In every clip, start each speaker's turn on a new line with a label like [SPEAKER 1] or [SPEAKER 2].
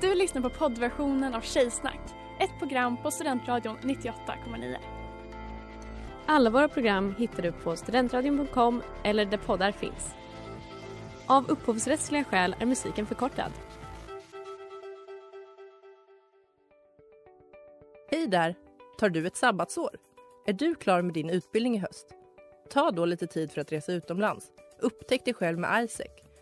[SPEAKER 1] Du lyssnar på poddversionen av Tjejsnack, ett program på Studentradion 98,9.
[SPEAKER 2] Alla våra program hittar du på studentradion.com eller där poddar finns. Av upphovsrättsliga skäl är musiken förkortad.
[SPEAKER 3] Hej där! Tar du ett sabbatsår? Är du klar med din utbildning i höst? Ta då lite tid för att resa utomlands. Upptäck dig själv med ISEC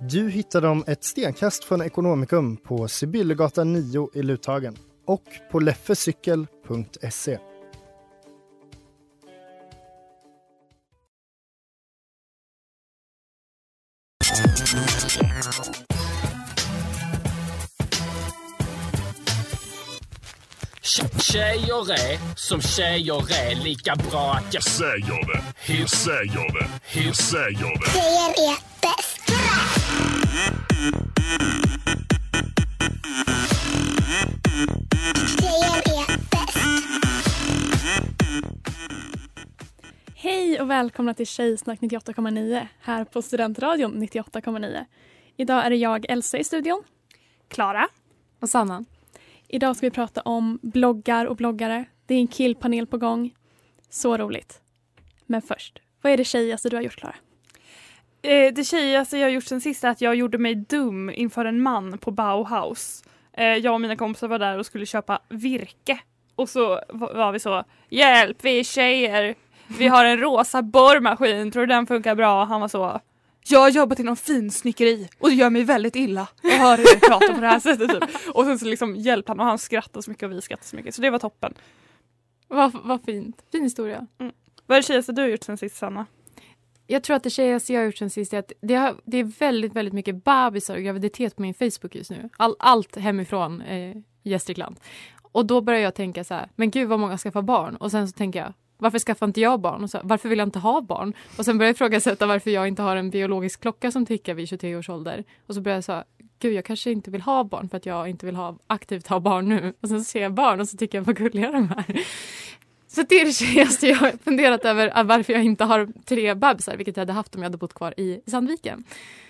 [SPEAKER 4] Du hittar dem ett stenkast från Ekonomikum på Sibyllegatan 9 i Luthagen och på leffecykel.se.
[SPEAKER 5] Tje- Tjejer är som tjejer är lika bra att jag säger det. Hur säger det? Hur säger det?
[SPEAKER 6] Tjejer är bäst. Tjejer är bäst.
[SPEAKER 1] Hej och välkomna till Tjejsnack 98,9 här på Studentradion 98,9. Idag är det jag, Elsa, i studion. Klara.
[SPEAKER 2] Och Sanna.
[SPEAKER 1] Idag ska vi prata om bloggar och bloggare. Det är en killpanel på gång. Så roligt. Men först, vad är det tjejigaste du har gjort, Klara?
[SPEAKER 7] Eh, det tjejigaste jag har gjort sen sist är att jag gjorde mig dum inför en man på Bauhaus. Eh, jag och mina kompisar var där och skulle köpa virke. Och så va- var vi så, hjälp vi är tjejer, vi har en rosa borrmaskin, tror du den funkar bra? Och han var så, jag har jobbat inom finsnickeri och det gör mig väldigt illa att höra er prata på det här sättet. Typ. Och sen så liksom hjälpte han och han skrattade så mycket och vi skrattade så mycket. Så det var toppen.
[SPEAKER 8] Vad, vad fint. Fin historia.
[SPEAKER 7] Vad är det tjejigaste du har gjort sen sist Sanna?
[SPEAKER 8] Jag tror att det tjejigaste jag har gjort sen sist är att det, har, det är väldigt, väldigt mycket bebisar och graviditet på min Facebook just nu. All, allt hemifrån eh, Gästrikland. Och då börjar jag tänka så här, men gud vad många skaffar barn. Och sen så tänker jag, varför skaffar inte jag barn? Och så, varför vill jag inte ha barn? Och sen börjar jag ifrågasätta varför jag inte har en biologisk klocka som tickar vid 23 års ålder. Och så börjar jag så här, gud jag kanske inte vill ha barn för att jag inte vill ha aktivt ha barn nu. Och sen så ser jag barn och så tycker jag vad gulliga de är. Så det är det tjejigaste jag har funderat över att varför jag inte har tre bebisar, vilket jag hade haft om jag hade bott kvar i Sandviken.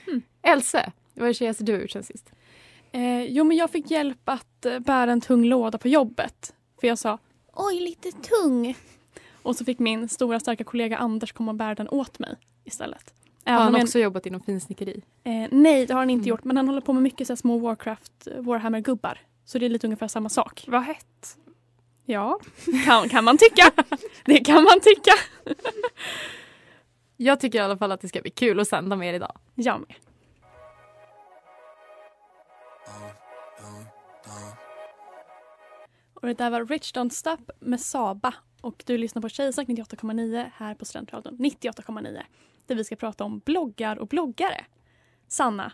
[SPEAKER 8] Hmm. Else, vad är det tjejigaste du har gjort sen sist?
[SPEAKER 1] Eh, jo, men jag fick hjälp att eh, bära en tung låda på jobbet. För jag sa oj, lite tung. Och så fick min stora starka kollega Anders komma och bära den åt mig istället.
[SPEAKER 8] Har
[SPEAKER 1] Även om
[SPEAKER 8] han
[SPEAKER 1] jag-
[SPEAKER 8] också jobbat inom finsnickeri?
[SPEAKER 1] eh, nej, det har han inte
[SPEAKER 8] Mm.
[SPEAKER 1] gjort. Men han håller på med mycket så här, små Warcraft, eh, Warhammer-gubbar. Så det är lite ungefär samma sak.
[SPEAKER 7] Vad hett?
[SPEAKER 1] Ja, kan, kan man tycka. Det kan man tycka.
[SPEAKER 8] Jag tycker i alla fall att det ska bli kul att sända med er idag.
[SPEAKER 1] Jag med. Och det där var Rich Don't Stop med Saba. Och du lyssnar på Tjejsnack 98,9 här på Studentradion 98,9. Där vi ska prata om bloggar och bloggare. Sanna,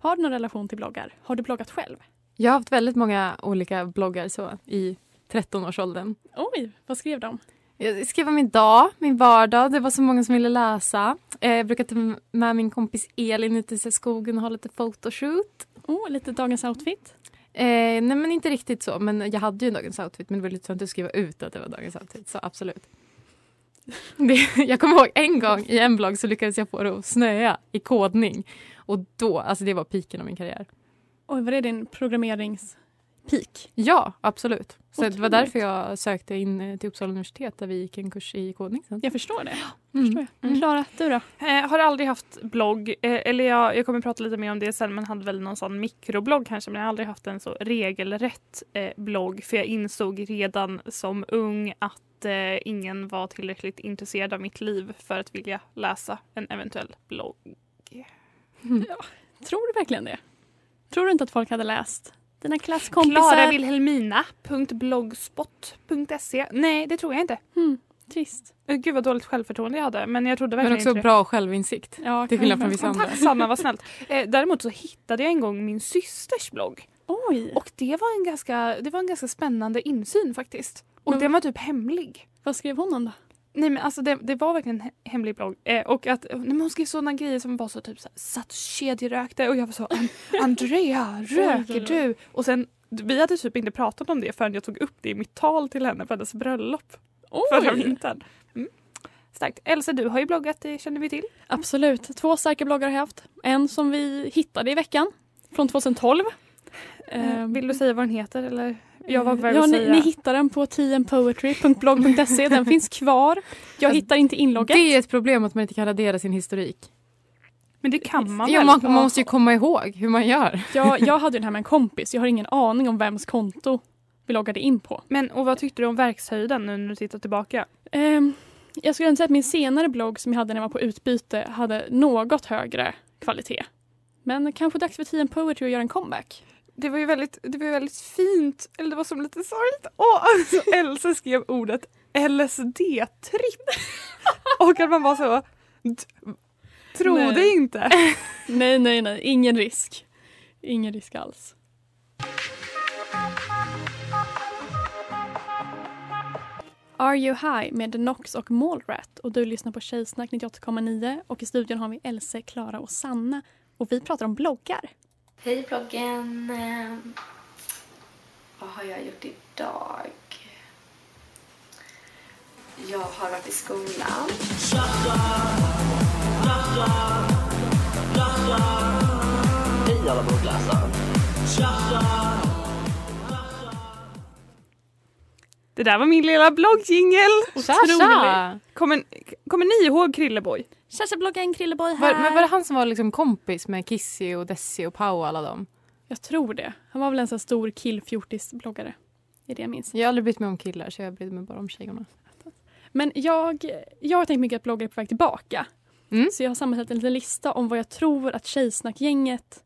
[SPEAKER 1] har du någon relation till bloggar? Har du bloggat själv?
[SPEAKER 8] Jag har haft väldigt många olika bloggar så, i 13-årsåldern.
[SPEAKER 1] Oj, vad skrev de?
[SPEAKER 8] Jag skrev om min dag, min vardag. Det var så många som ville läsa. Eh, Jag brukar ta med min kompis Elin ut i skogen och ha lite photoshoot.
[SPEAKER 1] Oh, lite dagens outfit.
[SPEAKER 8] Eh, nej men inte riktigt så, men jag hade ju en dagens outfit men det var lite tönt att skriva ut att det var dagens outfit, så absolut. Det, jag kommer ihåg en gång i en blogg så lyckades jag få det att snöa i kodning och då, alltså det var piken av min karriär.
[SPEAKER 1] Oj, var det din programmeringspik?
[SPEAKER 8] Ja, absolut. Så det var
[SPEAKER 1] Otroligt.
[SPEAKER 8] därför jag sökte in eh, till Uppsala universitet där vi gick en kurs i kodning sen.
[SPEAKER 1] Jag förstår det.
[SPEAKER 8] Mm.
[SPEAKER 1] Förstår jag. Klara, du då?
[SPEAKER 7] Eh, har aldrig haft blogg, eh, eller jag, jag kommer prata lite mer om det sen, men hade väl någon sån mikroblogg kanske, men jag har aldrig haft en så regelrätt eh, blogg, för jag insåg redan som ung att eh, ingen var tillräckligt intresserad av mitt liv för att vilja läsa en eventuell blogg.
[SPEAKER 1] Tror du verkligen det? Tror du inte att folk hade läst? Dina klasskompisar?
[SPEAKER 7] KlaraVilhelmina.blogspot.se Nej, det tror jag inte.
[SPEAKER 1] Hmm, trist.
[SPEAKER 7] Eh, Gud vad dåligt självförtroende jag hade, men jag trodde
[SPEAKER 8] Men
[SPEAKER 7] verkligen
[SPEAKER 8] också
[SPEAKER 7] inte det.
[SPEAKER 8] bra självinsikt.
[SPEAKER 1] Ja,
[SPEAKER 8] Till skillnad
[SPEAKER 1] kanske.
[SPEAKER 8] från vissa andra.
[SPEAKER 7] Tack Sanna, vad snällt. Eh, däremot så hittade jag en gång min systers blogg
[SPEAKER 1] Oj!
[SPEAKER 7] Och det var en ganska, det var en ganska spännande insyn faktiskt. Och
[SPEAKER 1] Men-
[SPEAKER 7] den var typ hemlig.
[SPEAKER 1] vad skrev hon om då?
[SPEAKER 7] Nej men alltså det, det var verkligen en he- hemlig blogg. Eh, och att, nej, men hon skrev sådana grejer som var så typ så här, satt och kedjerökte och jag var så "An- Andrea,
[SPEAKER 1] Oj,
[SPEAKER 7] röker
[SPEAKER 1] oj, oj.
[SPEAKER 7] du? Och sen vi hade typ inte pratat om det förrän jag tog upp det i mitt tal till henne på hennes bröllop förra
[SPEAKER 1] Oj!
[SPEAKER 7] vintern. Mm. Starkt. Elsa du har ju bloggat, det känner vi till.
[SPEAKER 1] Absolut. Två starka bloggar har jag haft. En som vi hittade i veckan från 2012.
[SPEAKER 7] Eh,
[SPEAKER 1] Ehm,
[SPEAKER 7] vill du säga vad den heter eller? Jag var på väg
[SPEAKER 1] ja,
[SPEAKER 7] att
[SPEAKER 1] ni,
[SPEAKER 7] säga.
[SPEAKER 1] ni hittar den på tienpoetry.blogg.se. Den finns kvar. Jag hittar inte inlogget.
[SPEAKER 8] Det är ett problem att man inte kan radera sin historik.
[SPEAKER 7] Men det kan Eh, man
[SPEAKER 8] Ja,
[SPEAKER 7] väl?
[SPEAKER 8] man, man måste ju komma ihåg hur man gör.
[SPEAKER 1] Jag, jag hade ju den här med en kompis. Jag har ingen aning om vems konto vi loggade in på.
[SPEAKER 7] Men och vad tyckte du om verkshöjden nu när du tittar tillbaka?
[SPEAKER 1] Ehm, jag skulle inte säga att min senare blogg som jag hade när jag var på utbyte hade något högre kvalitet. Men kanske dags för Tien Poetry att göra en comeback.
[SPEAKER 7] Det var ju väldigt, det var ju väldigt fint, eller det var som lite sorgligt. Åh, alltså Elsa skrev ordet LSD-tripp. Och att man var så, d- trodde
[SPEAKER 1] Nej.
[SPEAKER 7] inte.
[SPEAKER 1] Nej, nej, nej. Ingen risk. Ingen risk alls. Are You High med Nox och Mallrat och du lyssnar på Tjejsnack 98,9 och i studion har vi Else, Klara och Sanna och vi pratar om bloggar.
[SPEAKER 9] Hej bloggen! Ehm, Vad har jag gjort idag? Jag har varit i skolan.
[SPEAKER 7] Det där var min lilla bloggjingel.
[SPEAKER 8] Tja,
[SPEAKER 7] Otroligt.
[SPEAKER 8] tja.
[SPEAKER 7] Kommer, kommer ni ihåg Krilleboy?
[SPEAKER 1] Tjejsbloggen Krilleboy här.
[SPEAKER 8] Var, men var det han som var liksom kompis med Kissy och Desi och Pau och alla dem?
[SPEAKER 1] Jag tror det. Han var väl en sån här stor killfjortis-bloggare. Det är det jag minns.
[SPEAKER 8] Jag har aldrig brytt mig om killar så jag brydde mig bara om tjejerna.
[SPEAKER 1] Men jag, jag har tänkt mycket att bloggar är på väg tillbaka.
[SPEAKER 8] Mm.
[SPEAKER 1] Så jag har sammanställt en liten lista om vad jag tror att Tjejsnackgänget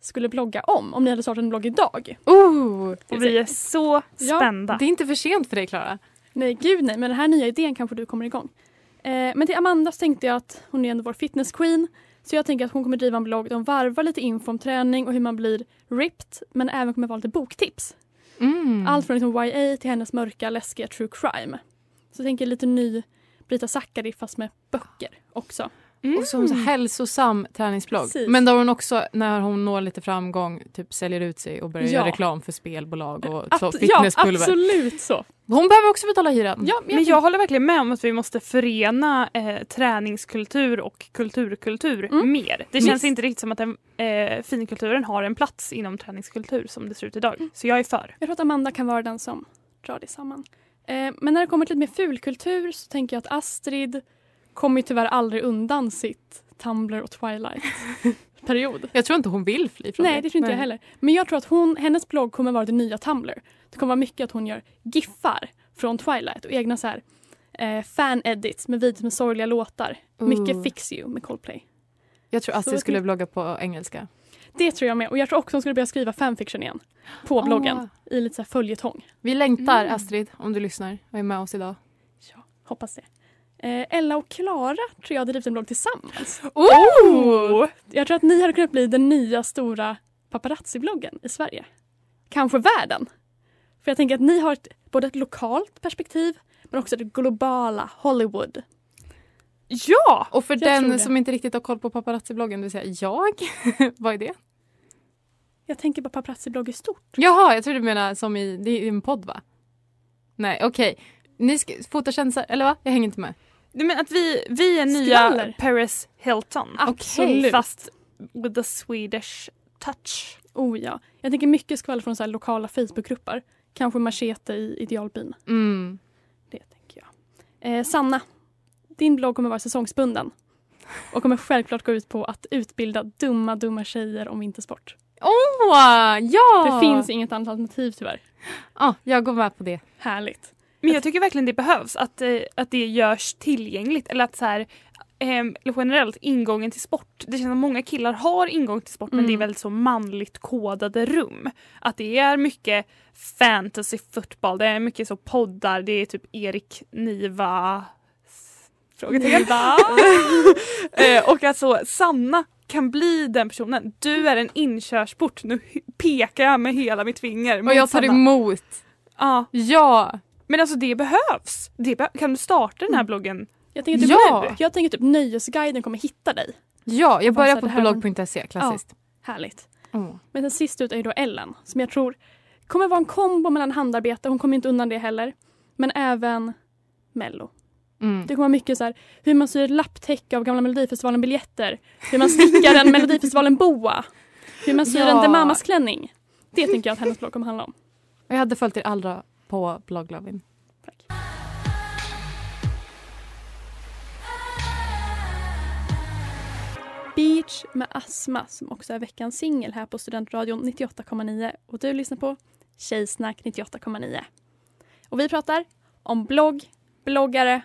[SPEAKER 1] skulle blogga om. Om ni hade startat en blogg idag.
[SPEAKER 8] Oh,
[SPEAKER 7] Och vi är så
[SPEAKER 1] Ja,
[SPEAKER 7] spända.
[SPEAKER 8] det är inte för sent för dig Klara.
[SPEAKER 1] Nej, gud nej. Men den här nya idén kanske du kommer igång. Eh, men till Amanda så tänkte jag att hon är ändå vår fitness queen. Så jag tänker att hon kommer driva en blogg där hon varvar lite info om träning och hur man blir ripped. Men även kommer vara lite boktips.
[SPEAKER 8] Mm.
[SPEAKER 1] Allt från liksom YA till hennes mörka, läskiga true crime. Så jag tänker lite ny Brita Zackari fast med böcker också.
[SPEAKER 7] Mm.
[SPEAKER 8] Och som så hälsosam träningsblogg.
[SPEAKER 1] Precis.
[SPEAKER 8] Men där hon också, när hon når lite framgång, typ säljer ut sig och börjar
[SPEAKER 1] Ja.
[SPEAKER 8] göra reklam för spelbolag och så,
[SPEAKER 1] Abs- ja,
[SPEAKER 8] fitnesspulver.
[SPEAKER 1] absolut så.
[SPEAKER 8] hon behöver också betala hyran.
[SPEAKER 1] Ja, men
[SPEAKER 7] Mm. Men jag håller verkligen med om att vi måste förena eh, träningskultur och kulturkultur
[SPEAKER 1] Mm.
[SPEAKER 7] mer. Det känns
[SPEAKER 1] Visst.
[SPEAKER 7] inte riktigt som att den, eh, finkulturen har en plats inom träningskultur som det ser ut idag.
[SPEAKER 1] Mm.
[SPEAKER 7] Så jag är för.
[SPEAKER 1] jag tror att Amanda kan vara den som drar det samman. Eh, men när det kommer till lite mer fulkultur så tänker jag att Astrid kommer ju tyvärr aldrig undan sitt Tumblr och Twilight-period.
[SPEAKER 8] Jag tror inte hon vill fly från
[SPEAKER 1] Nej, det tror inte jag heller. Men jag tror att hon, hennes blogg kommer vara det nya Tumblr. Det kommer vara mycket att hon gör giffar från Twilight och egna så här eh, fan-edits med videos med sorgliga låtar. Mycket
[SPEAKER 8] Oh.
[SPEAKER 1] Fix You med Coldplay.
[SPEAKER 8] Jag tror
[SPEAKER 1] Så
[SPEAKER 8] Astrid skulle blogga på engelska.
[SPEAKER 1] Det tror jag med. Och jag tror också hon skulle börja skriva fanfiction igen. På bloggen.
[SPEAKER 8] Ah.
[SPEAKER 1] I lite så här följetong.
[SPEAKER 8] Vi längtar
[SPEAKER 7] Mm.
[SPEAKER 8] Astrid, om du lyssnar och är med oss idag.
[SPEAKER 1] Ja, hoppas det. Eh, Ella och Klara tror jag hade drivit en blogg tillsammans.
[SPEAKER 8] Oh!
[SPEAKER 1] Jag tror att ni hade kunnat bli den nya stora paparazzi-bloggen i Sverige. Kanske världen. För jag tänker att ni har ett, både ett lokalt perspektiv men också det globala Hollywood.
[SPEAKER 7] Ja!
[SPEAKER 8] Och för
[SPEAKER 1] Jag tror det.
[SPEAKER 8] den som inte riktigt har koll på paparazzi-bloggen, det vill säga jag. Vad är det?
[SPEAKER 1] Jag tänker på paparazzi-blogg i stort.
[SPEAKER 8] Jaha, jag tror du menar som i, det är en podd va? Nej, okej. Ni ska, fotokändisar, eller va? Jag hänger inte med.
[SPEAKER 7] Nej, men att vi, vi är nya
[SPEAKER 1] Skvaller. Ah.
[SPEAKER 7] Paris Hilton.
[SPEAKER 1] Absolut.
[SPEAKER 7] Fast with a Swedish touch.
[SPEAKER 1] Oh ja. Jag tänker mycket skvaller från så här lokala Facebookgrupper. Kanske Machete i idealbyn.
[SPEAKER 8] Mm.
[SPEAKER 1] Det tänker jag. Eh, Sanna, din blogg kommer vara säsongsbunden och kommer självklart gå ut på att utbilda dumma, dumma tjejer om vintersport.
[SPEAKER 8] Åh, ja!
[SPEAKER 1] Det finns inget annat alternativ tyvärr.
[SPEAKER 8] Ja, jag går med på det.
[SPEAKER 1] Härligt.
[SPEAKER 7] Men jag tycker verkligen det behövs att, eh, att det görs tillgängligt. Eller att så här, ehm, eller generellt ingången till sport. Det känns som många killar har ingång till sport men
[SPEAKER 1] Mm.
[SPEAKER 7] det är väldigt så manligt kodade rum. Att det är mycket fantasy football, det är mycket så poddar, det är typ Erik Niva Frågetecken. Eh, och alltså Sanna kan bli den personen. Du är en inkörsport. Nu hy- pekar jag med hela mitt finger.
[SPEAKER 8] Och jag tar emot.
[SPEAKER 7] Ja.
[SPEAKER 8] ja.
[SPEAKER 7] Men alltså det behövs. Det be- kan du starta
[SPEAKER 8] Mm.
[SPEAKER 7] den här bloggen?
[SPEAKER 1] Jag tänker typ,
[SPEAKER 7] Ja.
[SPEAKER 1] jag tänker typ Nöjesguiden kommer hitta dig.
[SPEAKER 8] Ja, jag börjar
[SPEAKER 1] Fast
[SPEAKER 8] på
[SPEAKER 1] det här var-
[SPEAKER 8] blogg.se, klassiskt.
[SPEAKER 1] Ja, härligt.
[SPEAKER 8] Mm.
[SPEAKER 1] Men den sist ut är ju då Ellen som jag tror kommer vara en kombo mellan handarbete, hon kommer inte undan det heller, men även Mello.
[SPEAKER 8] Mm.
[SPEAKER 1] Det kommer vara mycket så här, hur man syr lapptäcke av gamla Melodifestivalen-biljetter, hur man stickar en Melodifestivalen-boa, hur man syr en
[SPEAKER 8] Ja.
[SPEAKER 1] The Mamas klänning. Det tänker jag att hennes blogg kommer handla om.
[SPEAKER 8] Och jag hade följt er allra på blogglovin.
[SPEAKER 1] Beach med Asma som också är veckans singel här på Studentradion 98,9 och du lyssnar på Tjejsnack 98,9. Och vi pratar om blogg, bloggare,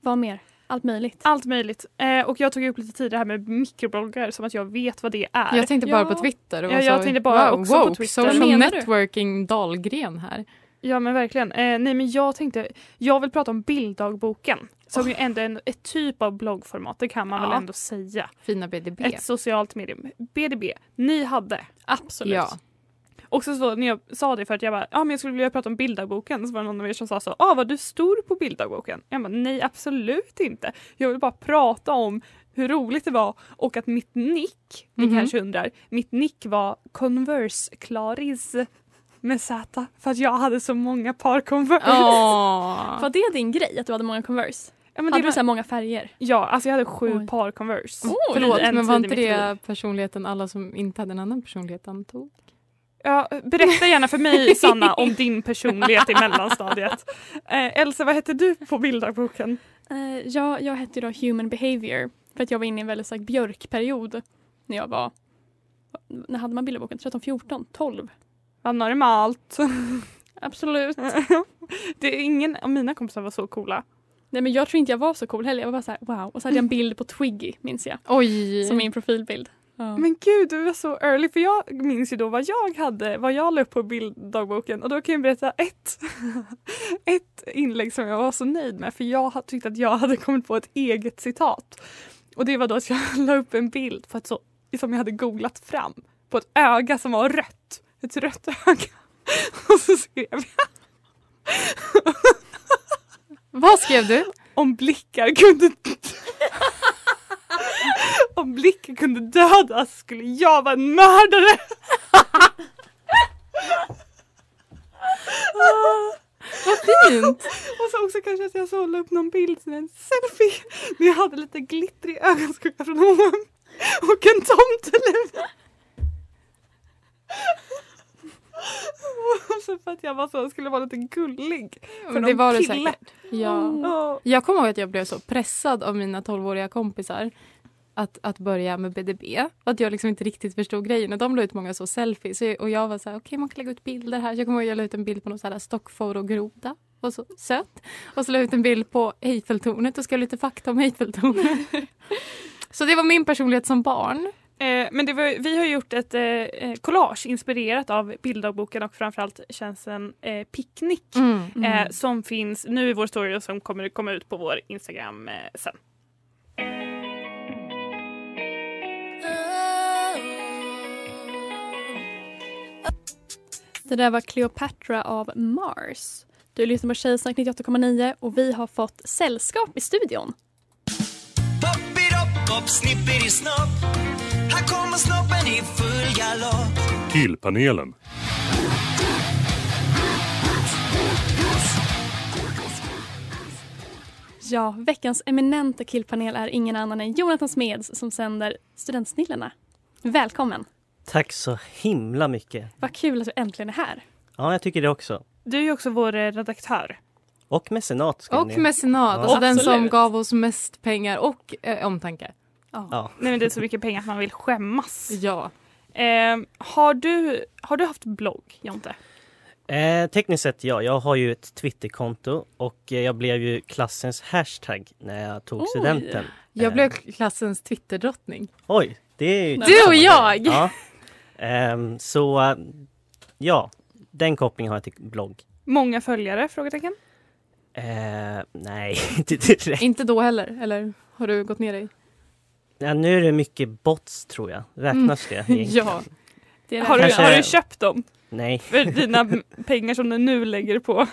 [SPEAKER 1] vad mer? Allt möjligt.
[SPEAKER 7] Allt möjligt. Eh, och jag tog upp lite tid det här med mikrobloggar som att jag vet vad det är.
[SPEAKER 8] Jag tänkte bara
[SPEAKER 7] Ja.
[SPEAKER 8] på Twitter. och
[SPEAKER 7] Ja,
[SPEAKER 8] var
[SPEAKER 7] jag
[SPEAKER 8] så,
[SPEAKER 7] tänkte bara
[SPEAKER 8] wow,
[SPEAKER 7] också på
[SPEAKER 8] woke,
[SPEAKER 7] Twitter. Vad
[SPEAKER 8] Social
[SPEAKER 7] menar du?
[SPEAKER 8] networking Dahlgren här.
[SPEAKER 7] Ja men verkligen. Eh, nej men jag tänkte, jag vill prata om bilddagboken. Som ju ändå är en, ett typ av bloggformat, det kan man
[SPEAKER 8] Oh. Ja.
[SPEAKER 7] väl ändå säga.
[SPEAKER 8] Fina BDB.
[SPEAKER 7] Ett socialt medium. BDB, ni hade.
[SPEAKER 1] Absolut.
[SPEAKER 8] Ja.
[SPEAKER 7] Och så, så när jag sa det för att jag bara, ja men jag skulle vilja prata om bilddagboken. Så var det någon av er som sa så, ah, var du stor på bilddagboken? Jag bara, nej absolut inte. Jag vill bara prata om hur roligt det var och att mitt nick,
[SPEAKER 8] Mhm.
[SPEAKER 7] ni kanske undrar, mitt nick var Converse Claris med Z för att jag hade så många par Converse.
[SPEAKER 8] Åh.
[SPEAKER 1] Var det din grej att du hade många Converse?
[SPEAKER 7] Ja, men det
[SPEAKER 1] hade du
[SPEAKER 7] var-
[SPEAKER 1] så här många färger?
[SPEAKER 7] Ja, alltså jag hade sju
[SPEAKER 1] Oj.
[SPEAKER 7] par Converse.
[SPEAKER 1] Oj.
[SPEAKER 7] i
[SPEAKER 8] Förlåt,
[SPEAKER 7] en
[SPEAKER 8] men var
[SPEAKER 7] tid i
[SPEAKER 8] inte
[SPEAKER 7] mitt liv.
[SPEAKER 8] det personligheten alla som inte hade en annan personlighet antog?
[SPEAKER 7] Ja, berätta gärna för mig, Sanna, om din personlighet i mellanstadiet. Eh, Elsa, vad hette du på bilddagboken?
[SPEAKER 1] Eh, jag, jag hette ju då Human Behavior för att jag var inne i en väldigt stark björkperiod när jag var, när hade man bilderboken? 13, 14, 12?
[SPEAKER 7] Vad normalt.
[SPEAKER 1] Absolut.
[SPEAKER 7] Det är ingen av mina kompisar var så coola.
[SPEAKER 1] Nej men jag tror inte jag var så cool heller, jag var bara så här, wow. Och så hade jag en bild på Twiggy minns jag.
[SPEAKER 8] Oj!
[SPEAKER 1] Som min profilbild.
[SPEAKER 7] Men gud, du var så early för jag minns ju då vad jag hade, vad jag la upp på bilddagboken och då kan jag berätta ett, ett inlägg som jag var så nöjd med för jag ha- tyckte att jag hade kommit på ett eget citat. Och det var då att jag la upp en bild på ett så, som jag hade googlat fram på ett öga som var rött, ett rött öga. Och så skrev jag
[SPEAKER 8] Vad skrev du?
[SPEAKER 7] om blickar kunde om blickar kunde dödas skulle jag vara en mördare.
[SPEAKER 8] Vad fint!
[SPEAKER 7] Och så också kanske att jag så la upp någon bild som en selfie när jag hade lite glittrig ögonskugga från honom och en tomteluva. Och så för att jag var så, skulle vara lite gullig. För
[SPEAKER 8] Men det
[SPEAKER 7] någon
[SPEAKER 8] var du
[SPEAKER 7] kille.
[SPEAKER 8] säkert. Ja.
[SPEAKER 7] Ja.
[SPEAKER 8] Jag kommer ihåg att jag blev så pressad av mina 12-åriga kompisar att, att börja med BDB. Att jag liksom inte riktigt förstod grejen. Och de la ut många så selfies Så jag- och jag var så här, okej man kan lägga ut bilder här. Så jag kommer ihåg att jag la ut en bild på någon så här stockfårogroda. Och så sött. Och så la jag ut en bild på Eiffeltornet och skrev lite fakta om Eiffeltornet. så det var min personlighet som barn.
[SPEAKER 7] Eh, men det var, vi har gjort ett eh, eh, collage inspirerat av bilddagboken och framförallt tjänsten eh, Picknick
[SPEAKER 8] Mm.
[SPEAKER 7] eh, som finns nu i vår story och som kommer komma ut på vår Instagram eh, sen.
[SPEAKER 1] Det där var Cleopatra av Mars. Du lyssnar på Tjejsnack 98,9 och vi har fått sällskap i studion.
[SPEAKER 10] Pop-i-dopp-pop, snipperi-snopp Här kommer snoppen i full galopp
[SPEAKER 11] Killpanelen.
[SPEAKER 1] Ja, veckans eminenta killpanel är ingen annan än Jonathan Smeds som sänder Studentsnillena. Välkommen!
[SPEAKER 12] Tack så himla mycket.
[SPEAKER 1] Vad kul att du äntligen är här.
[SPEAKER 12] Ja, jag tycker det också.
[SPEAKER 7] Du är ju också vår eh, redaktör.
[SPEAKER 12] Och mecenat. ska
[SPEAKER 8] Och
[SPEAKER 12] ni-
[SPEAKER 8] mecenat,
[SPEAKER 12] Ja.
[SPEAKER 8] alltså den som
[SPEAKER 7] Absolut.
[SPEAKER 8] gav oss mest pengar och eh, omtanke.
[SPEAKER 12] Ja.
[SPEAKER 7] Nej, men det är så mycket pengar att man vill skämmas.
[SPEAKER 8] Ja.
[SPEAKER 7] Eh, har, du, har du haft blogg, Jonte?
[SPEAKER 12] Eh, tekniskt sett, ja. Jag har ju ett Twitterkonto och eh, jag blev ju klassens hashtag när jag tog studenten.
[SPEAKER 8] Jag blev klassens Twitterdrottning.
[SPEAKER 12] Oj, det är ju...
[SPEAKER 8] Du och jag!
[SPEAKER 12] Ja. Ehm, så, eh, ja. Den kopplingen har jag till blogg.
[SPEAKER 7] Många följare? Frågetecken.
[SPEAKER 12] Eh, nej, inte direkt.
[SPEAKER 8] Inte då heller, eller har du gått ner dig?
[SPEAKER 12] Ja, nu är det mycket bots tror jag. Räknas det? egentligen?
[SPEAKER 7] ja. har, du,
[SPEAKER 12] Kanske-
[SPEAKER 7] har du köpt dem?
[SPEAKER 12] Nej.
[SPEAKER 7] För dina m- pengar som du nu lägger på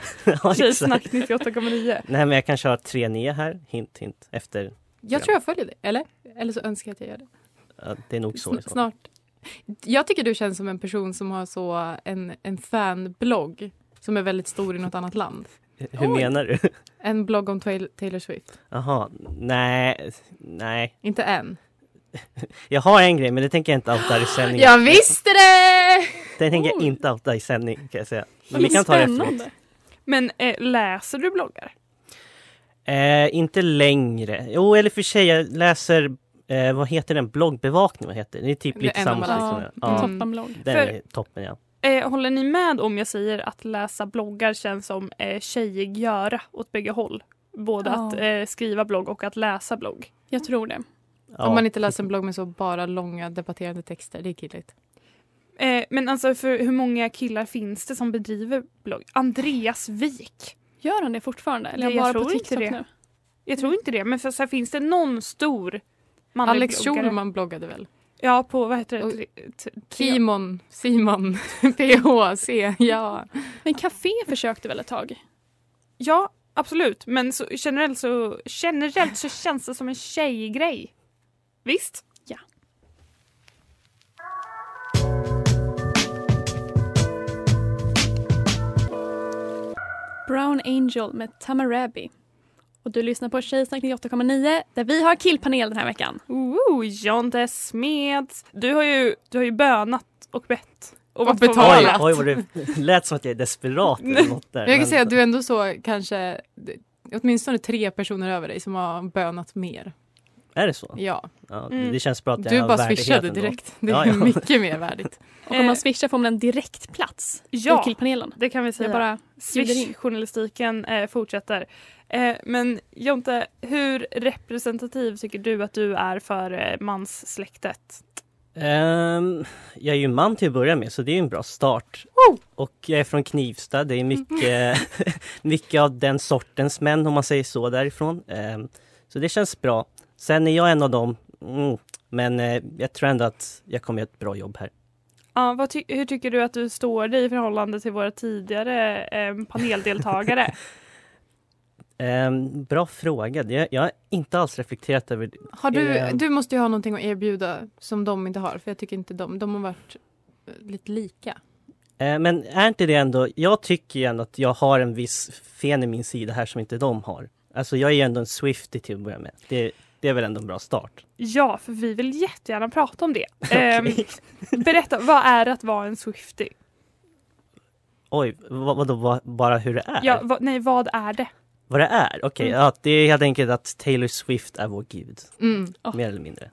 [SPEAKER 7] Tjejsnack 98,9.
[SPEAKER 12] Nej men jag kanske har 3-9 här, hint hint. Efter,
[SPEAKER 8] Jag tror jag följer det, eller? Eller så önskar jag att jag gör det.
[SPEAKER 12] ja, det är nog så. i
[SPEAKER 8] Sn-
[SPEAKER 12] så fall.
[SPEAKER 8] snart. Jag tycker du känns som en person som har så en, en fanblogg som är väldigt stor i något annat land.
[SPEAKER 12] Hur menar du?
[SPEAKER 8] En blogg om Tail- Taylor Swift.
[SPEAKER 12] Jaha, nej, nej.
[SPEAKER 8] Inte än.
[SPEAKER 12] Jag har en grej men det tänker jag inte outa i sändning.
[SPEAKER 8] Jag visste det!
[SPEAKER 12] Det tänker jag inte outa i sändning kan jag säga. Men vi kan ta det efteråt.
[SPEAKER 7] Men eh, läser du bloggar?
[SPEAKER 12] Eh, inte längre. Jo, eller för sig, jag läser eh, vad heter den? Bloggbevakning, vad heter det? Det är typ
[SPEAKER 7] Det
[SPEAKER 12] lite
[SPEAKER 7] är
[SPEAKER 12] samma
[SPEAKER 7] en
[SPEAKER 12] sak
[SPEAKER 7] av
[SPEAKER 12] som
[SPEAKER 7] alla.
[SPEAKER 12] den.
[SPEAKER 7] Ja, toppenblogg.
[SPEAKER 12] Den
[SPEAKER 7] För-
[SPEAKER 12] är toppen, ja.
[SPEAKER 7] Eh, håller ni med om jag säger att läsa bloggar känns som eh, tjejig göra åt bägge håll? Både
[SPEAKER 8] Ja.
[SPEAKER 7] att eh, skriva blogg och att läsa blogg.
[SPEAKER 1] Jag tror det.
[SPEAKER 8] Om man inte läser en blogg med så bara långa debatterande texter, det är killigt.
[SPEAKER 7] Eh, men alltså för hur många killar finns det som bedriver blogg? Andreas Wik.
[SPEAKER 1] Gör han det fortfarande? Eller är
[SPEAKER 7] jag
[SPEAKER 1] han bara
[SPEAKER 7] tror
[SPEAKER 1] på
[SPEAKER 7] inte
[SPEAKER 1] TikTok
[SPEAKER 7] det.
[SPEAKER 1] nu?
[SPEAKER 7] Jag
[SPEAKER 8] Mm.
[SPEAKER 7] tror inte det, men för, så här, finns det någon stor manlig
[SPEAKER 8] Alex
[SPEAKER 7] bloggare?
[SPEAKER 8] Schulman bloggade väl?
[SPEAKER 7] Ja, på vad heter det? Tre- t- tre-
[SPEAKER 8] Kimon, Simon, PHC, ja.
[SPEAKER 1] Men Café försökte väl ett tag?
[SPEAKER 7] Ja, absolut. Men så, generellt, så, generellt så känns det som en tjejgrej. Visst?
[SPEAKER 1] Ja. Brown Angel med Tamarabi. Och du lyssnar på Tjejsnack 98,9 där vi har killpanel den här veckan.
[SPEAKER 7] Ooh, John the Smeds. Du har ju, du har ju bönat och bett. Och, varit på valet.
[SPEAKER 12] Oj, oj, vad det lät som att jag är desperat eller något där.
[SPEAKER 8] Men jag kan
[SPEAKER 12] Eh, men-
[SPEAKER 8] säga att du är ändå så kanske d- åtminstone tre personer över dig som har bönat mer.
[SPEAKER 12] Är det så?
[SPEAKER 8] Ja.
[SPEAKER 12] ja
[SPEAKER 8] Mm.
[SPEAKER 12] det, det känns bra att jag
[SPEAKER 8] Du
[SPEAKER 12] har
[SPEAKER 8] bara
[SPEAKER 12] värdighet
[SPEAKER 8] swishade
[SPEAKER 12] ändå.
[SPEAKER 8] direkt. Det är mycket mer värdigt.
[SPEAKER 1] Och om man swishar får man en direktplats
[SPEAKER 7] eh, Ja,
[SPEAKER 1] i killpanelen.
[SPEAKER 7] det kan vi säga.
[SPEAKER 1] Jag bara bjuder in.
[SPEAKER 7] Swish-journalistiken eh, fortsätter. Eh, men Jonte, hur representativ tycker du att du är för eh, manssläktet?
[SPEAKER 12] Ehm, jag är ju man till att börja med så det är ju en bra start. Och jag är från Knivsta, det är mycket, mycket av den sortens män om man säger så därifrån. Ehm, så det känns bra. Sen är jag en av dem, mm, men eh, jag tror ändå att jag kommer göra ett bra jobb här.
[SPEAKER 7] Ja, vad ty- hur tycker du att du står dig i förhållande till våra tidigare eh, paneldeltagare?
[SPEAKER 12] Ehm, bra fråga, jag, jag har inte alls reflekterat över det.
[SPEAKER 8] Har du,
[SPEAKER 12] Ehm,
[SPEAKER 8] du måste ju ha någonting att erbjuda som de inte har, för jag tycker inte de, de har varit eh, lite lika.
[SPEAKER 12] Eh, Men är inte det ändå, jag tycker ju ändå att jag har en viss fen i min sida här som inte de har. Alltså jag är ju ändå en Swiftie till att börja med. Det, det är väl ändå en bra start.
[SPEAKER 7] ja, för vi vill jättegärna prata om det. Ehm, berätta, vad är att vara en Swiftie?
[SPEAKER 12] Oj, vad, vadå, vad, bara hur det är?
[SPEAKER 7] Ja, vad- nej, vad är det?
[SPEAKER 12] Vad det är? Okej,
[SPEAKER 7] Mm.
[SPEAKER 12] ja, det är helt enkelt att Taylor Swift är vår gud.
[SPEAKER 7] Mm. Ja.
[SPEAKER 12] Mer eller mindre.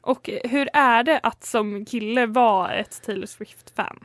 [SPEAKER 7] Och eh, hur är det att som kille vara ett Taylor Swift-fan?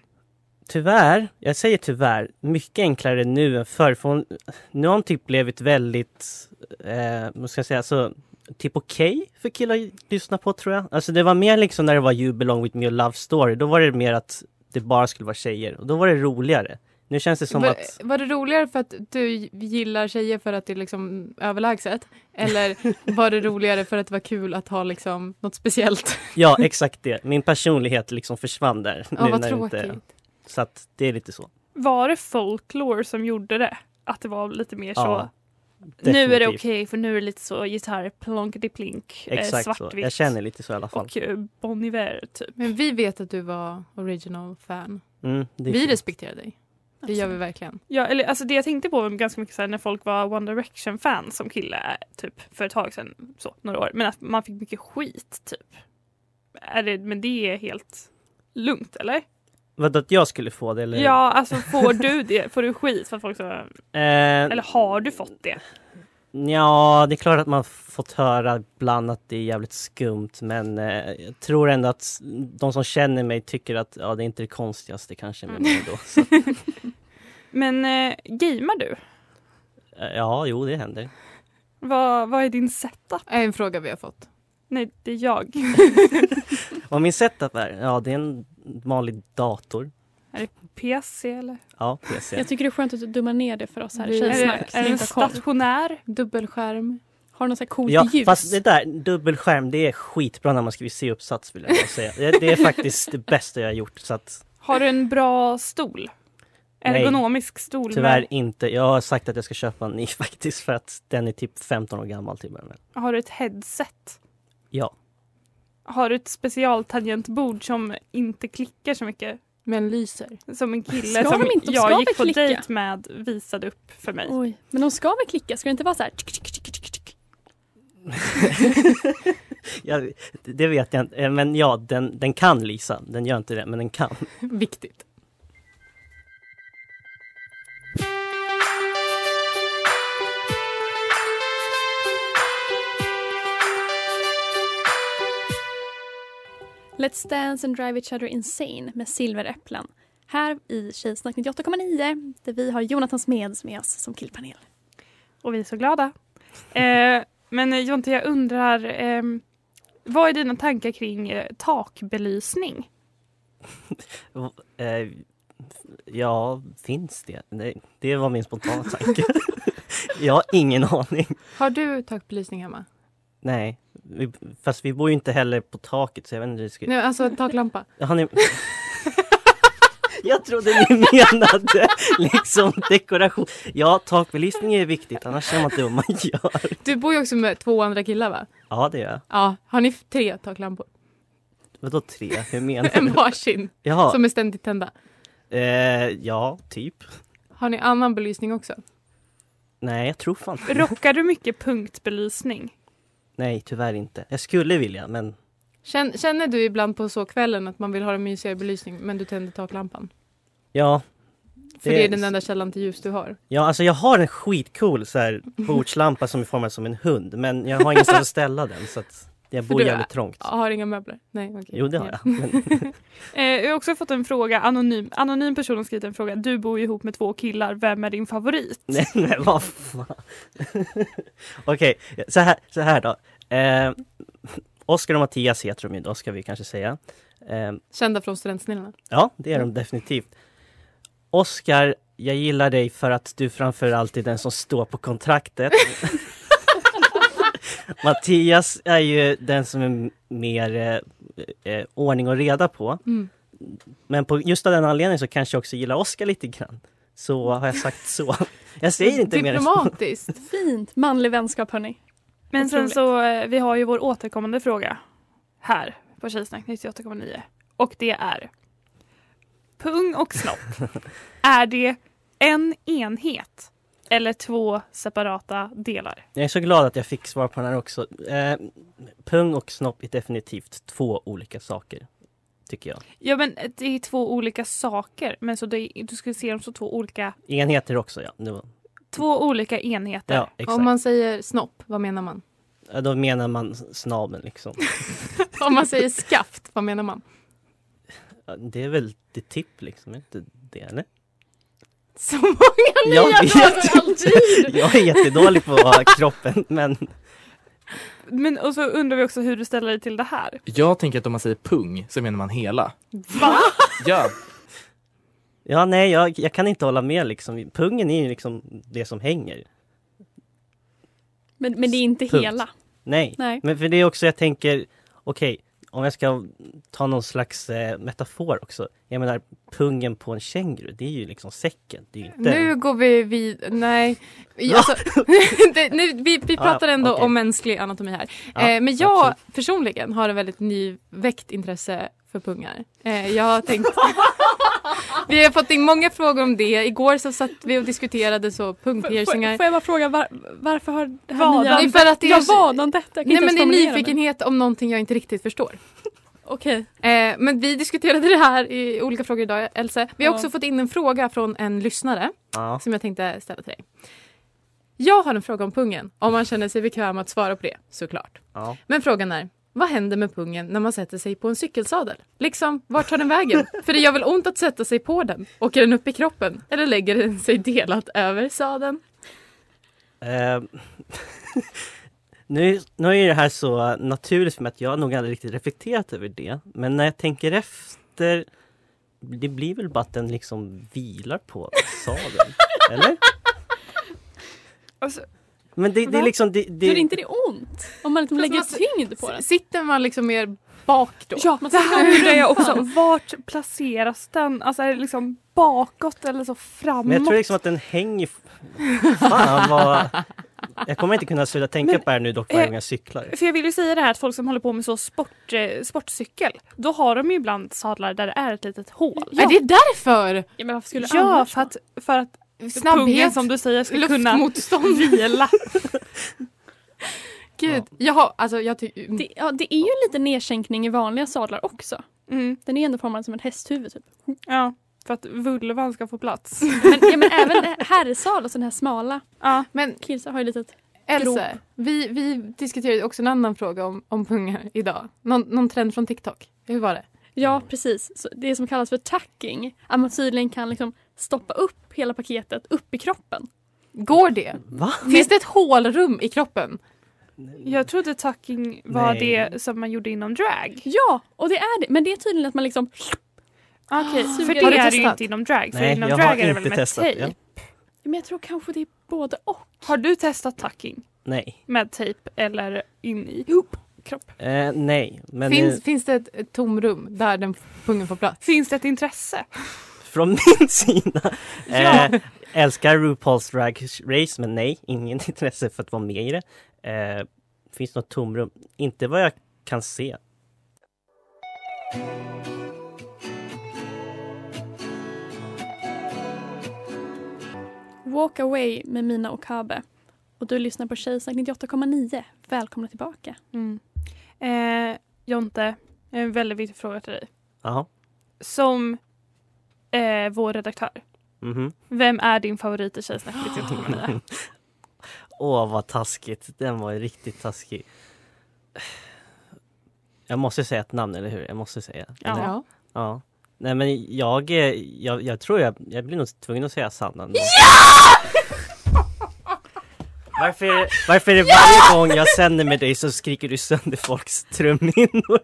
[SPEAKER 12] Tyvärr, jag säger tyvärr, mycket enklare nu än förr. För hon, nu har hon typ blivit väldigt, eh, vad ska jag säga, så, typ okej för killar att lyssna på tror jag. Alltså det var mer liksom när det var You belong with me och Love story, då var det mer att det bara skulle vara tjejer och då var det roligare. Nu känns det som
[SPEAKER 8] var,
[SPEAKER 12] att
[SPEAKER 8] var det roligare för att du gillar tjejer för att det är liksom överlägset? Eller var det roligare för att det var kul att ha liksom något speciellt?
[SPEAKER 12] Ja, exakt det. Min personlighet liksom försvann där.
[SPEAKER 8] Ja, vad
[SPEAKER 12] när det inte-
[SPEAKER 8] tråkigt.
[SPEAKER 12] Så att det är lite så.
[SPEAKER 7] Var det folklore som gjorde det? Att det var lite mer så?
[SPEAKER 12] Ja,
[SPEAKER 7] nu är det
[SPEAKER 12] definitivt.
[SPEAKER 7] okej för nu är det lite så gitarr plonkety plink, eh,
[SPEAKER 12] Exakt så.
[SPEAKER 7] svartvitt
[SPEAKER 12] Jag känner lite så i alla fall.
[SPEAKER 7] och eh, Bon Iver typ.
[SPEAKER 8] Men vi vet att du var original fan.
[SPEAKER 12] Mm, det är
[SPEAKER 8] vi
[SPEAKER 12] fint.
[SPEAKER 8] respekterar dig. Det gör vi verkligen.
[SPEAKER 7] Ja, eller alltså det jag tänkte på var ganska mycket så här, när folk var One Direction-fans som kille typ för ett tag sedan, så några år, men att man fick mycket skit typ. Är det, men det är helt lugnt eller?
[SPEAKER 12] Vadå att jag skulle få det eller?
[SPEAKER 7] Ja, alltså får du det? Får du skit för att folk så,
[SPEAKER 12] Eh,
[SPEAKER 7] eller har du fått det?
[SPEAKER 12] ja, det är klart att man fått höra ibland att det är jävligt skumt men eh, jag tror ändå att de som känner mig tycker att ja, det är inte det konstigaste kanske med
[SPEAKER 7] Mm.
[SPEAKER 12] mig då. Så,
[SPEAKER 7] Men eh, gamear du?
[SPEAKER 12] eh, ja, jo det händer.
[SPEAKER 7] Vad, vad är din setup?
[SPEAKER 8] är en fråga vi har fått.
[SPEAKER 7] Nej, det är jag.
[SPEAKER 12] Vad min setup är? Ja, det är en vanlig dator.
[SPEAKER 7] är det PC eller?
[SPEAKER 12] Ja, PC.
[SPEAKER 1] Jag tycker det är skönt att du dummar ner det för oss här i
[SPEAKER 7] Är det-
[SPEAKER 1] Tjejsnack. som
[SPEAKER 7] är det
[SPEAKER 1] inte har koll.
[SPEAKER 7] stationär?
[SPEAKER 8] Dubbelskärm.
[SPEAKER 1] Har Har du något så här coolt
[SPEAKER 12] Ja,
[SPEAKER 1] ljus?
[SPEAKER 12] fast det där, dubbelskärm, det är skitbra när man skriver C-uppsats vill jag bara säga. Det, det är faktiskt det bästa jag har gjort. Så att,
[SPEAKER 7] Har du en bra stol?
[SPEAKER 12] nej,
[SPEAKER 7] Ergonomisk stol? med-
[SPEAKER 12] Tyvärr inte. Jag har sagt att jag ska köpa en ny faktiskt för att den är typ 15 år gammal till och med.
[SPEAKER 7] Har du ett headset?
[SPEAKER 12] Ja.
[SPEAKER 7] Har du ett specialtangentbord som inte klickar så mycket?
[SPEAKER 8] Men lyser.
[SPEAKER 7] Som en kille
[SPEAKER 1] Ska
[SPEAKER 7] som
[SPEAKER 1] de inte? De ska
[SPEAKER 7] jag gick
[SPEAKER 1] väl
[SPEAKER 7] på
[SPEAKER 1] klicka?
[SPEAKER 7] dejt med visade upp för mig.
[SPEAKER 1] Oj, men de ska väl klicka? Ska det inte vara så här? Tick, tick, tick, tick, tick.
[SPEAKER 12] Jag, det vet jag inte. Eh, Men ja, den, den kan lysa. Den gör inte det, men den kan.
[SPEAKER 8] Viktigt.
[SPEAKER 1] Let's dance and drive each other insane med Silveräpplen. Här i Tjejsnack 98,9 där vi har Jonathan Smeds med oss som killpanel.
[SPEAKER 7] Och vi är så glada. Eh, men eh, Jonte, jag undrar, ehm, vad är dina tankar kring eh, takbelysning?
[SPEAKER 12] Eh, Ja, finns det? Nej, det var min spontana tanke. jag har ingen aning.
[SPEAKER 8] Har du takbelysning hemma?
[SPEAKER 12] Nej, vi, fast vi bor ju inte heller på taket så jag vet inte hur det ska...
[SPEAKER 8] Nej, alltså en taklampa.
[SPEAKER 12] Han är... Jag trodde ni menade liksom dekoration. Ja, takbelysning är viktigt, annars är man inte vad man gör.
[SPEAKER 8] Du bor ju också med två andra killar va?
[SPEAKER 12] Ja, det gör jag.
[SPEAKER 8] Ja, har ni f- tre taklampor?
[SPEAKER 12] Vadå tre? Hur menar du?
[SPEAKER 8] En varsin
[SPEAKER 12] Jaha.
[SPEAKER 8] som är ständigt tända.
[SPEAKER 12] Eh, ja, typ.
[SPEAKER 8] Har ni annan belysning också?
[SPEAKER 12] Nej, jag tror fan inte.
[SPEAKER 7] Rockar du mycket punktbelysning?
[SPEAKER 12] Nej, tyvärr inte. Jag skulle vilja, men
[SPEAKER 8] Känn- Känner du ibland på så kvällen att man vill ha en mysigare belysning men du tänder taklampan?
[SPEAKER 12] ja.
[SPEAKER 8] För det är den enda källan till ljus du har.
[SPEAKER 12] Ja, alltså jag har en skitcool så här bordslampa som är formad som en hund, men jag har ingenstans att ställa den så att jag
[SPEAKER 8] För
[SPEAKER 12] bor
[SPEAKER 8] du
[SPEAKER 12] jävligt trångt.
[SPEAKER 8] Jag har inga möbler. Nej, okej.
[SPEAKER 12] Jo, det har
[SPEAKER 8] Ja.
[SPEAKER 12] jag. Men,
[SPEAKER 7] Eh, jag har också fått en fråga, anonym, anonym person har skrivit en fråga. Du bor ju ihop med två killar, vem är din favorit?
[SPEAKER 12] nej, nej, vad fan. Okej, så, här, så här då. Eh, Oskar och Mattias heter de ju då, ska vi kanske säga. Eh,
[SPEAKER 8] Kända från Studentsnillena.
[SPEAKER 12] Ja, det är de definitivt. Oscar, jag gillar dig för att du framförallt är den som står på kontraktet. Mattias är ju den som är mer eh, eh, ordning och reda på.
[SPEAKER 8] Mm.
[SPEAKER 12] Men på just av den anledningen så kanske jag också gillar Oscar lite grann. Så har jag sagt så. Jag säger inte mer än så.
[SPEAKER 8] Diplomatiskt.
[SPEAKER 1] Fint. Manlig vänskap, hörni.
[SPEAKER 7] Men sen
[SPEAKER 1] Otroligt.
[SPEAKER 7] så, eh, vi har ju vår återkommande fråga här på Tjejsnack 98,9 och det är Pung och snopp, är det en enhet eller två separata delar?
[SPEAKER 12] Jag är så glad att jag fick svar på den här också. Eh, pung och snopp är definitivt två olika saker, tycker jag.
[SPEAKER 7] Ja men eh, det är två olika saker men så det, du skulle se dem som två olika,
[SPEAKER 12] Enheter också, ja. Nu-
[SPEAKER 7] två olika enheter.
[SPEAKER 12] ja exakt.
[SPEAKER 8] Om man säger snopp, vad menar man?
[SPEAKER 12] Ja, Då menar man snabeln liksom.
[SPEAKER 8] Om man säger skaft, vad menar man?
[SPEAKER 12] Ja, Det är väl det tipp liksom, är det inte det eller?
[SPEAKER 8] Så många
[SPEAKER 12] Jag
[SPEAKER 8] nya
[SPEAKER 12] vet
[SPEAKER 8] frågor
[SPEAKER 12] inte.
[SPEAKER 8] alltid!
[SPEAKER 12] Jag är jättedålig på kroppen men
[SPEAKER 7] Men och så undrar vi också hur du ställer dig till det här.
[SPEAKER 11] Jag tänker att om man säger pung så menar man hela. Ja,
[SPEAKER 12] ja nej jag, jag kan inte hålla med liksom. Pungen är ju liksom det som hänger.
[SPEAKER 1] Men, men det är inte
[SPEAKER 12] Punkt.
[SPEAKER 1] hela.
[SPEAKER 12] Nej.
[SPEAKER 1] Nej.
[SPEAKER 12] men för det är också jag tänker, okej om jag ska ta någon slags eh, metafor också. Jag menar pungen på en känguru, det är ju liksom säcken. Det är ju inte...
[SPEAKER 8] Nu går vi vid... Nej. Alltså, det, nu, vi, vi
[SPEAKER 12] Ja,
[SPEAKER 8] pratar ändå
[SPEAKER 12] okej. Ah,
[SPEAKER 8] om mänsklig anatomi här.
[SPEAKER 12] Ja,
[SPEAKER 8] eh, men jag personligen har en väldigt nyväckt intresse för pungar. Eh, jag har tänkt... vi har fått in många frågor om det. Igår så satt vi och diskuterade
[SPEAKER 1] Får,
[SPEAKER 8] så pungpiercingar.
[SPEAKER 1] får jag bara fråga var, varför har det här
[SPEAKER 8] Vadan-
[SPEAKER 1] nya...
[SPEAKER 8] Nej, för att det är
[SPEAKER 1] ja,
[SPEAKER 8] så-
[SPEAKER 1] vadan detta? Jag kan
[SPEAKER 8] Nej
[SPEAKER 1] inte ens
[SPEAKER 8] men det är
[SPEAKER 1] formulera mig.
[SPEAKER 8] nyfikenhet om någonting jag inte riktigt förstår.
[SPEAKER 1] Okej.
[SPEAKER 8] Eh, men vi diskuterade det här i olika frågor idag, Else. Vi har
[SPEAKER 1] Ja.
[SPEAKER 8] också fått in en fråga från en lyssnare
[SPEAKER 12] Ja.
[SPEAKER 8] som jag tänkte ställa till dig. Jag har en fråga om pungen, om man känner sig bekväm att svara på det, såklart.
[SPEAKER 12] Ja.
[SPEAKER 8] Men frågan är, vad händer med pungen när man sätter sig på en cykelsadel? Liksom, vart tar den vägen? För det gör väl ont att sätta sig på den? Åker den upp i kroppen? Eller lägger den sig delat över sadeln?
[SPEAKER 12] Ehm, nu, nu är det här så naturligt för mig att jag nog aldrig riktigt reflekterat över det. Men när jag tänker efter, det blir väl bara att den liksom vilar på sadeln? eller?
[SPEAKER 7] Alltså,
[SPEAKER 12] Men det, det är
[SPEAKER 1] Va?
[SPEAKER 12] liksom... Det, det...
[SPEAKER 1] Gör inte det ont? Om man liksom
[SPEAKER 8] Fast
[SPEAKER 1] lägger
[SPEAKER 8] man-
[SPEAKER 1] tyngd på den?
[SPEAKER 8] Sitter man liksom mer bak då?
[SPEAKER 1] Ja, man
[SPEAKER 7] Det här
[SPEAKER 1] sitter-
[SPEAKER 7] undrar jag också. Vart placeras den? Alltså är det liksom bakåt eller så framåt?
[SPEAKER 12] Men jag tror liksom att den hänger... Fan vad... Jag kommer inte kunna sluta tänka
[SPEAKER 7] Men,
[SPEAKER 12] på det här nu dock varje
[SPEAKER 7] eh,
[SPEAKER 12] gång jag cyklar.
[SPEAKER 7] För jag vill ju säga det här att folk som håller på med så sport, eh, sportcykel, då har de ju ibland sadlar där det är ett litet hål.
[SPEAKER 8] Är det därför?
[SPEAKER 1] Ja, men varför skulle det
[SPEAKER 7] Ja,
[SPEAKER 1] annars
[SPEAKER 7] för att, för att
[SPEAKER 8] Snabbhet,
[SPEAKER 7] pungen som du säger ska kunna
[SPEAKER 8] luftmotstånd.
[SPEAKER 7] vila.
[SPEAKER 8] Gud, jag har, alltså jag tycker...
[SPEAKER 1] Det, ja, det är ju en liten nedsänkning i vanliga sadlar också. Den är ändå formad som ett hästhuvud. Typ.
[SPEAKER 7] Mm, Ja, för att vulvan ska få plats.
[SPEAKER 1] Men, ja, men även herrsadlar, så den här smala.
[SPEAKER 7] Ja.
[SPEAKER 8] Men
[SPEAKER 1] Kilsar har ju litet grop.
[SPEAKER 8] Else, vi, vi diskuterade ju också en annan fråga om, om pungar idag. Någon, någon trend från TikTok. Hur var det?
[SPEAKER 1] Ja, precis. Så det som kallas för tacking. Att man tydligen kan liksom stoppa upp hela paketet upp i kroppen.
[SPEAKER 8] Går det?
[SPEAKER 12] Va?
[SPEAKER 8] Finns det ett hålrum i kroppen?
[SPEAKER 7] Jag trodde tucking var
[SPEAKER 8] Nej.
[SPEAKER 7] det som man gjorde inom drag.
[SPEAKER 1] Ja, och det är det. Men det är tydligen att man liksom...
[SPEAKER 7] Okej,
[SPEAKER 1] Ah.
[SPEAKER 7] för det
[SPEAKER 1] Har du
[SPEAKER 7] är det ju
[SPEAKER 1] testat?
[SPEAKER 7] inte inom drag. För
[SPEAKER 12] Nej,
[SPEAKER 7] inom
[SPEAKER 12] jag
[SPEAKER 7] drag
[SPEAKER 12] har
[SPEAKER 7] är det
[SPEAKER 12] inte
[SPEAKER 7] väl med
[SPEAKER 12] testat,
[SPEAKER 7] tejp.
[SPEAKER 12] ja.
[SPEAKER 1] Men jag tror kanske det är både och.
[SPEAKER 7] Har du testat tucking
[SPEAKER 12] Nej.
[SPEAKER 7] med tejp eller in i ihop kropp?
[SPEAKER 12] Eh, nej. Men
[SPEAKER 8] finns,
[SPEAKER 12] eh,
[SPEAKER 8] finns det ett, ett tomrum där den pungen får plats?
[SPEAKER 7] Finns det ett intresse?
[SPEAKER 12] från min sida.
[SPEAKER 8] Ja.
[SPEAKER 12] Eh, älskar RuPaul's Drag Race men nej, ingen intresse för att vara med i det. Eh, finns något tomrum? Inte vad jag kan se.
[SPEAKER 1] Walk Away med Mina Okabe. Och du lyssnar på Tjejsnack 98,9. Välkomna tillbaka.
[SPEAKER 7] Mm. Eh, Jonte, en väldigt viktig fråga till dig.
[SPEAKER 12] Jaha.
[SPEAKER 7] Som eh, vår redaktör.
[SPEAKER 12] Mhm.
[SPEAKER 7] Vem är din favorit i Tjejsnack 98,9?
[SPEAKER 12] Åh, vad taskigt. Den var ju riktigt taskig. Jag måste säga ett namn, eller hur? Jag måste säga.
[SPEAKER 7] Ja.
[SPEAKER 12] Eller?
[SPEAKER 7] Ja.
[SPEAKER 12] ja. Nej, men jag, eh, jag, jag tror jag, jag blir nog tvungen att säga Sanna. nu. Varför, varför är det varje gång jag sänder med dig så skriker du sönder folks trumhinnor?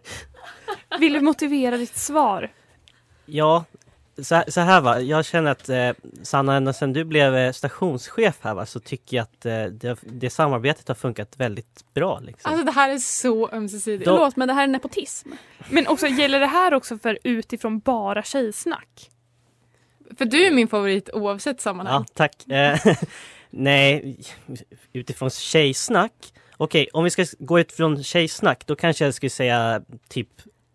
[SPEAKER 7] Vill du motivera ditt svar?
[SPEAKER 12] Ja, så här, så här va. Jag känner att eh, Sanna, ända sedan du blev eh, stationschef här va, så tycker jag att eh, det, det samarbetet har funkat väldigt bra. Liksom.
[SPEAKER 8] Alltså det här är så ömsesidigt.
[SPEAKER 12] Då- Förlåt,
[SPEAKER 1] men det här är nepotism.
[SPEAKER 7] Men också, gäller det här också för utifrån bara tjejsnack?
[SPEAKER 8] För du är min favorit oavsett sammanhang.
[SPEAKER 12] Ja, tack. Eh, nej, utifrån tjejsnack. Okej, om vi ska gå utifrån tjejsnack då kanske jag skulle säga typ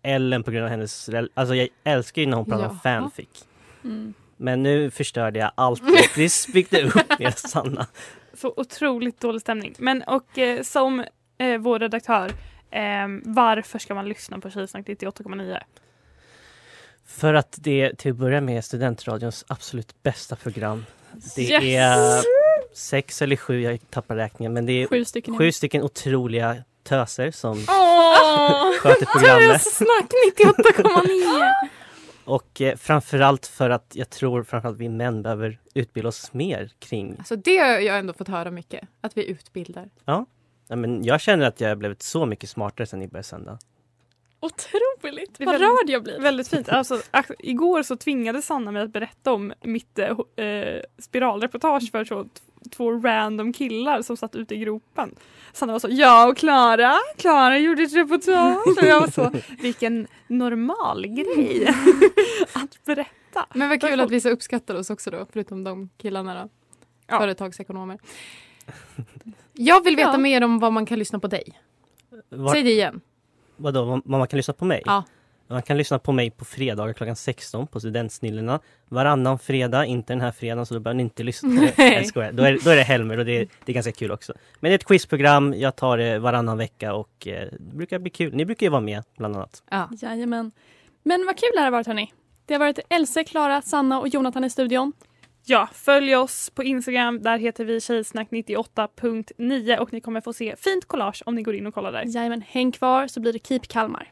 [SPEAKER 12] Ellen på grund av hennes... rel- Alltså jag älskar ju när hon pratar om
[SPEAKER 8] Jaha.
[SPEAKER 12] fanfic.
[SPEAKER 7] Mm.
[SPEAKER 12] Men nu förstörde jag allt och vi byggde upp med Sanna.
[SPEAKER 7] Så otroligt dålig stämning. Men och eh, som eh, vår redaktör, eh, varför ska man lyssna på Tjejsnack 98,9?
[SPEAKER 12] För att det till att börja med är studentradions absolut bästa program. Det
[SPEAKER 7] Yes!
[SPEAKER 12] är sex eller sju, jag tappar räkningen, men det är
[SPEAKER 1] Sju stycken.
[SPEAKER 12] sju stycken otroliga töser som
[SPEAKER 8] Åh!
[SPEAKER 12] sköter programmet.
[SPEAKER 8] Snack 98,9!
[SPEAKER 12] Och eh, framförallt för att jag tror framförallt vi män behöver utbilda oss mer kring...
[SPEAKER 8] alltså det har jag ändå fått höra mycket. Att vi utbildar.
[SPEAKER 12] Ja. ja men jag känner att jag har blivit så mycket smartare sen ni började sända.
[SPEAKER 1] Otroligt!
[SPEAKER 7] Det är
[SPEAKER 1] Vad
[SPEAKER 7] väldigt-
[SPEAKER 1] rörd jag blir.
[SPEAKER 7] Väldigt fint. Alltså, ak- igår så tvingade Sanna mig att berätta om mitt eh, ho- eh, spiralreportage för så, t- två random killar som satt ute i gropen. Sanna var så, jag och Klara, Klara gjorde ett reportage och jag var så, vilken normal grej att berätta.
[SPEAKER 8] Men vad kul att vissa uppskattar oss också då, förutom de killarna då.
[SPEAKER 7] Ja.
[SPEAKER 8] Företagsekonomer. Jag vill veta
[SPEAKER 7] Ja.
[SPEAKER 8] mer om vad man kan lyssna på dig.
[SPEAKER 12] Var-
[SPEAKER 8] Säg det igen.
[SPEAKER 12] Vadå, vad vad man kan lyssna på mig?
[SPEAKER 8] Ja.
[SPEAKER 12] Man kan lyssna på mig på fredagar klockan 16 på Studentsnillena. Varannan fredag, inte den här fredagen så då behöver ni inte lyssna. Nej. Jag skojar. Då, är, då är det Helmer och det är, det är ganska kul också. Men det är ett quizprogram, jag tar det varannan vecka och eh, det brukar bli kul. Ni brukar ju vara med bland annat.
[SPEAKER 8] Ja.
[SPEAKER 1] Jajamän. Men vad kul det här har varit hörni. Det har varit Else, Klara, Sanna och Jonathan i studion.
[SPEAKER 7] Ja, följ oss på Instagram. Där heter vi tjejsnack98.9 och ni kommer få se fint collage om ni går in och kollar där.
[SPEAKER 1] Jajamän, häng kvar så blir det Keep Kalmar.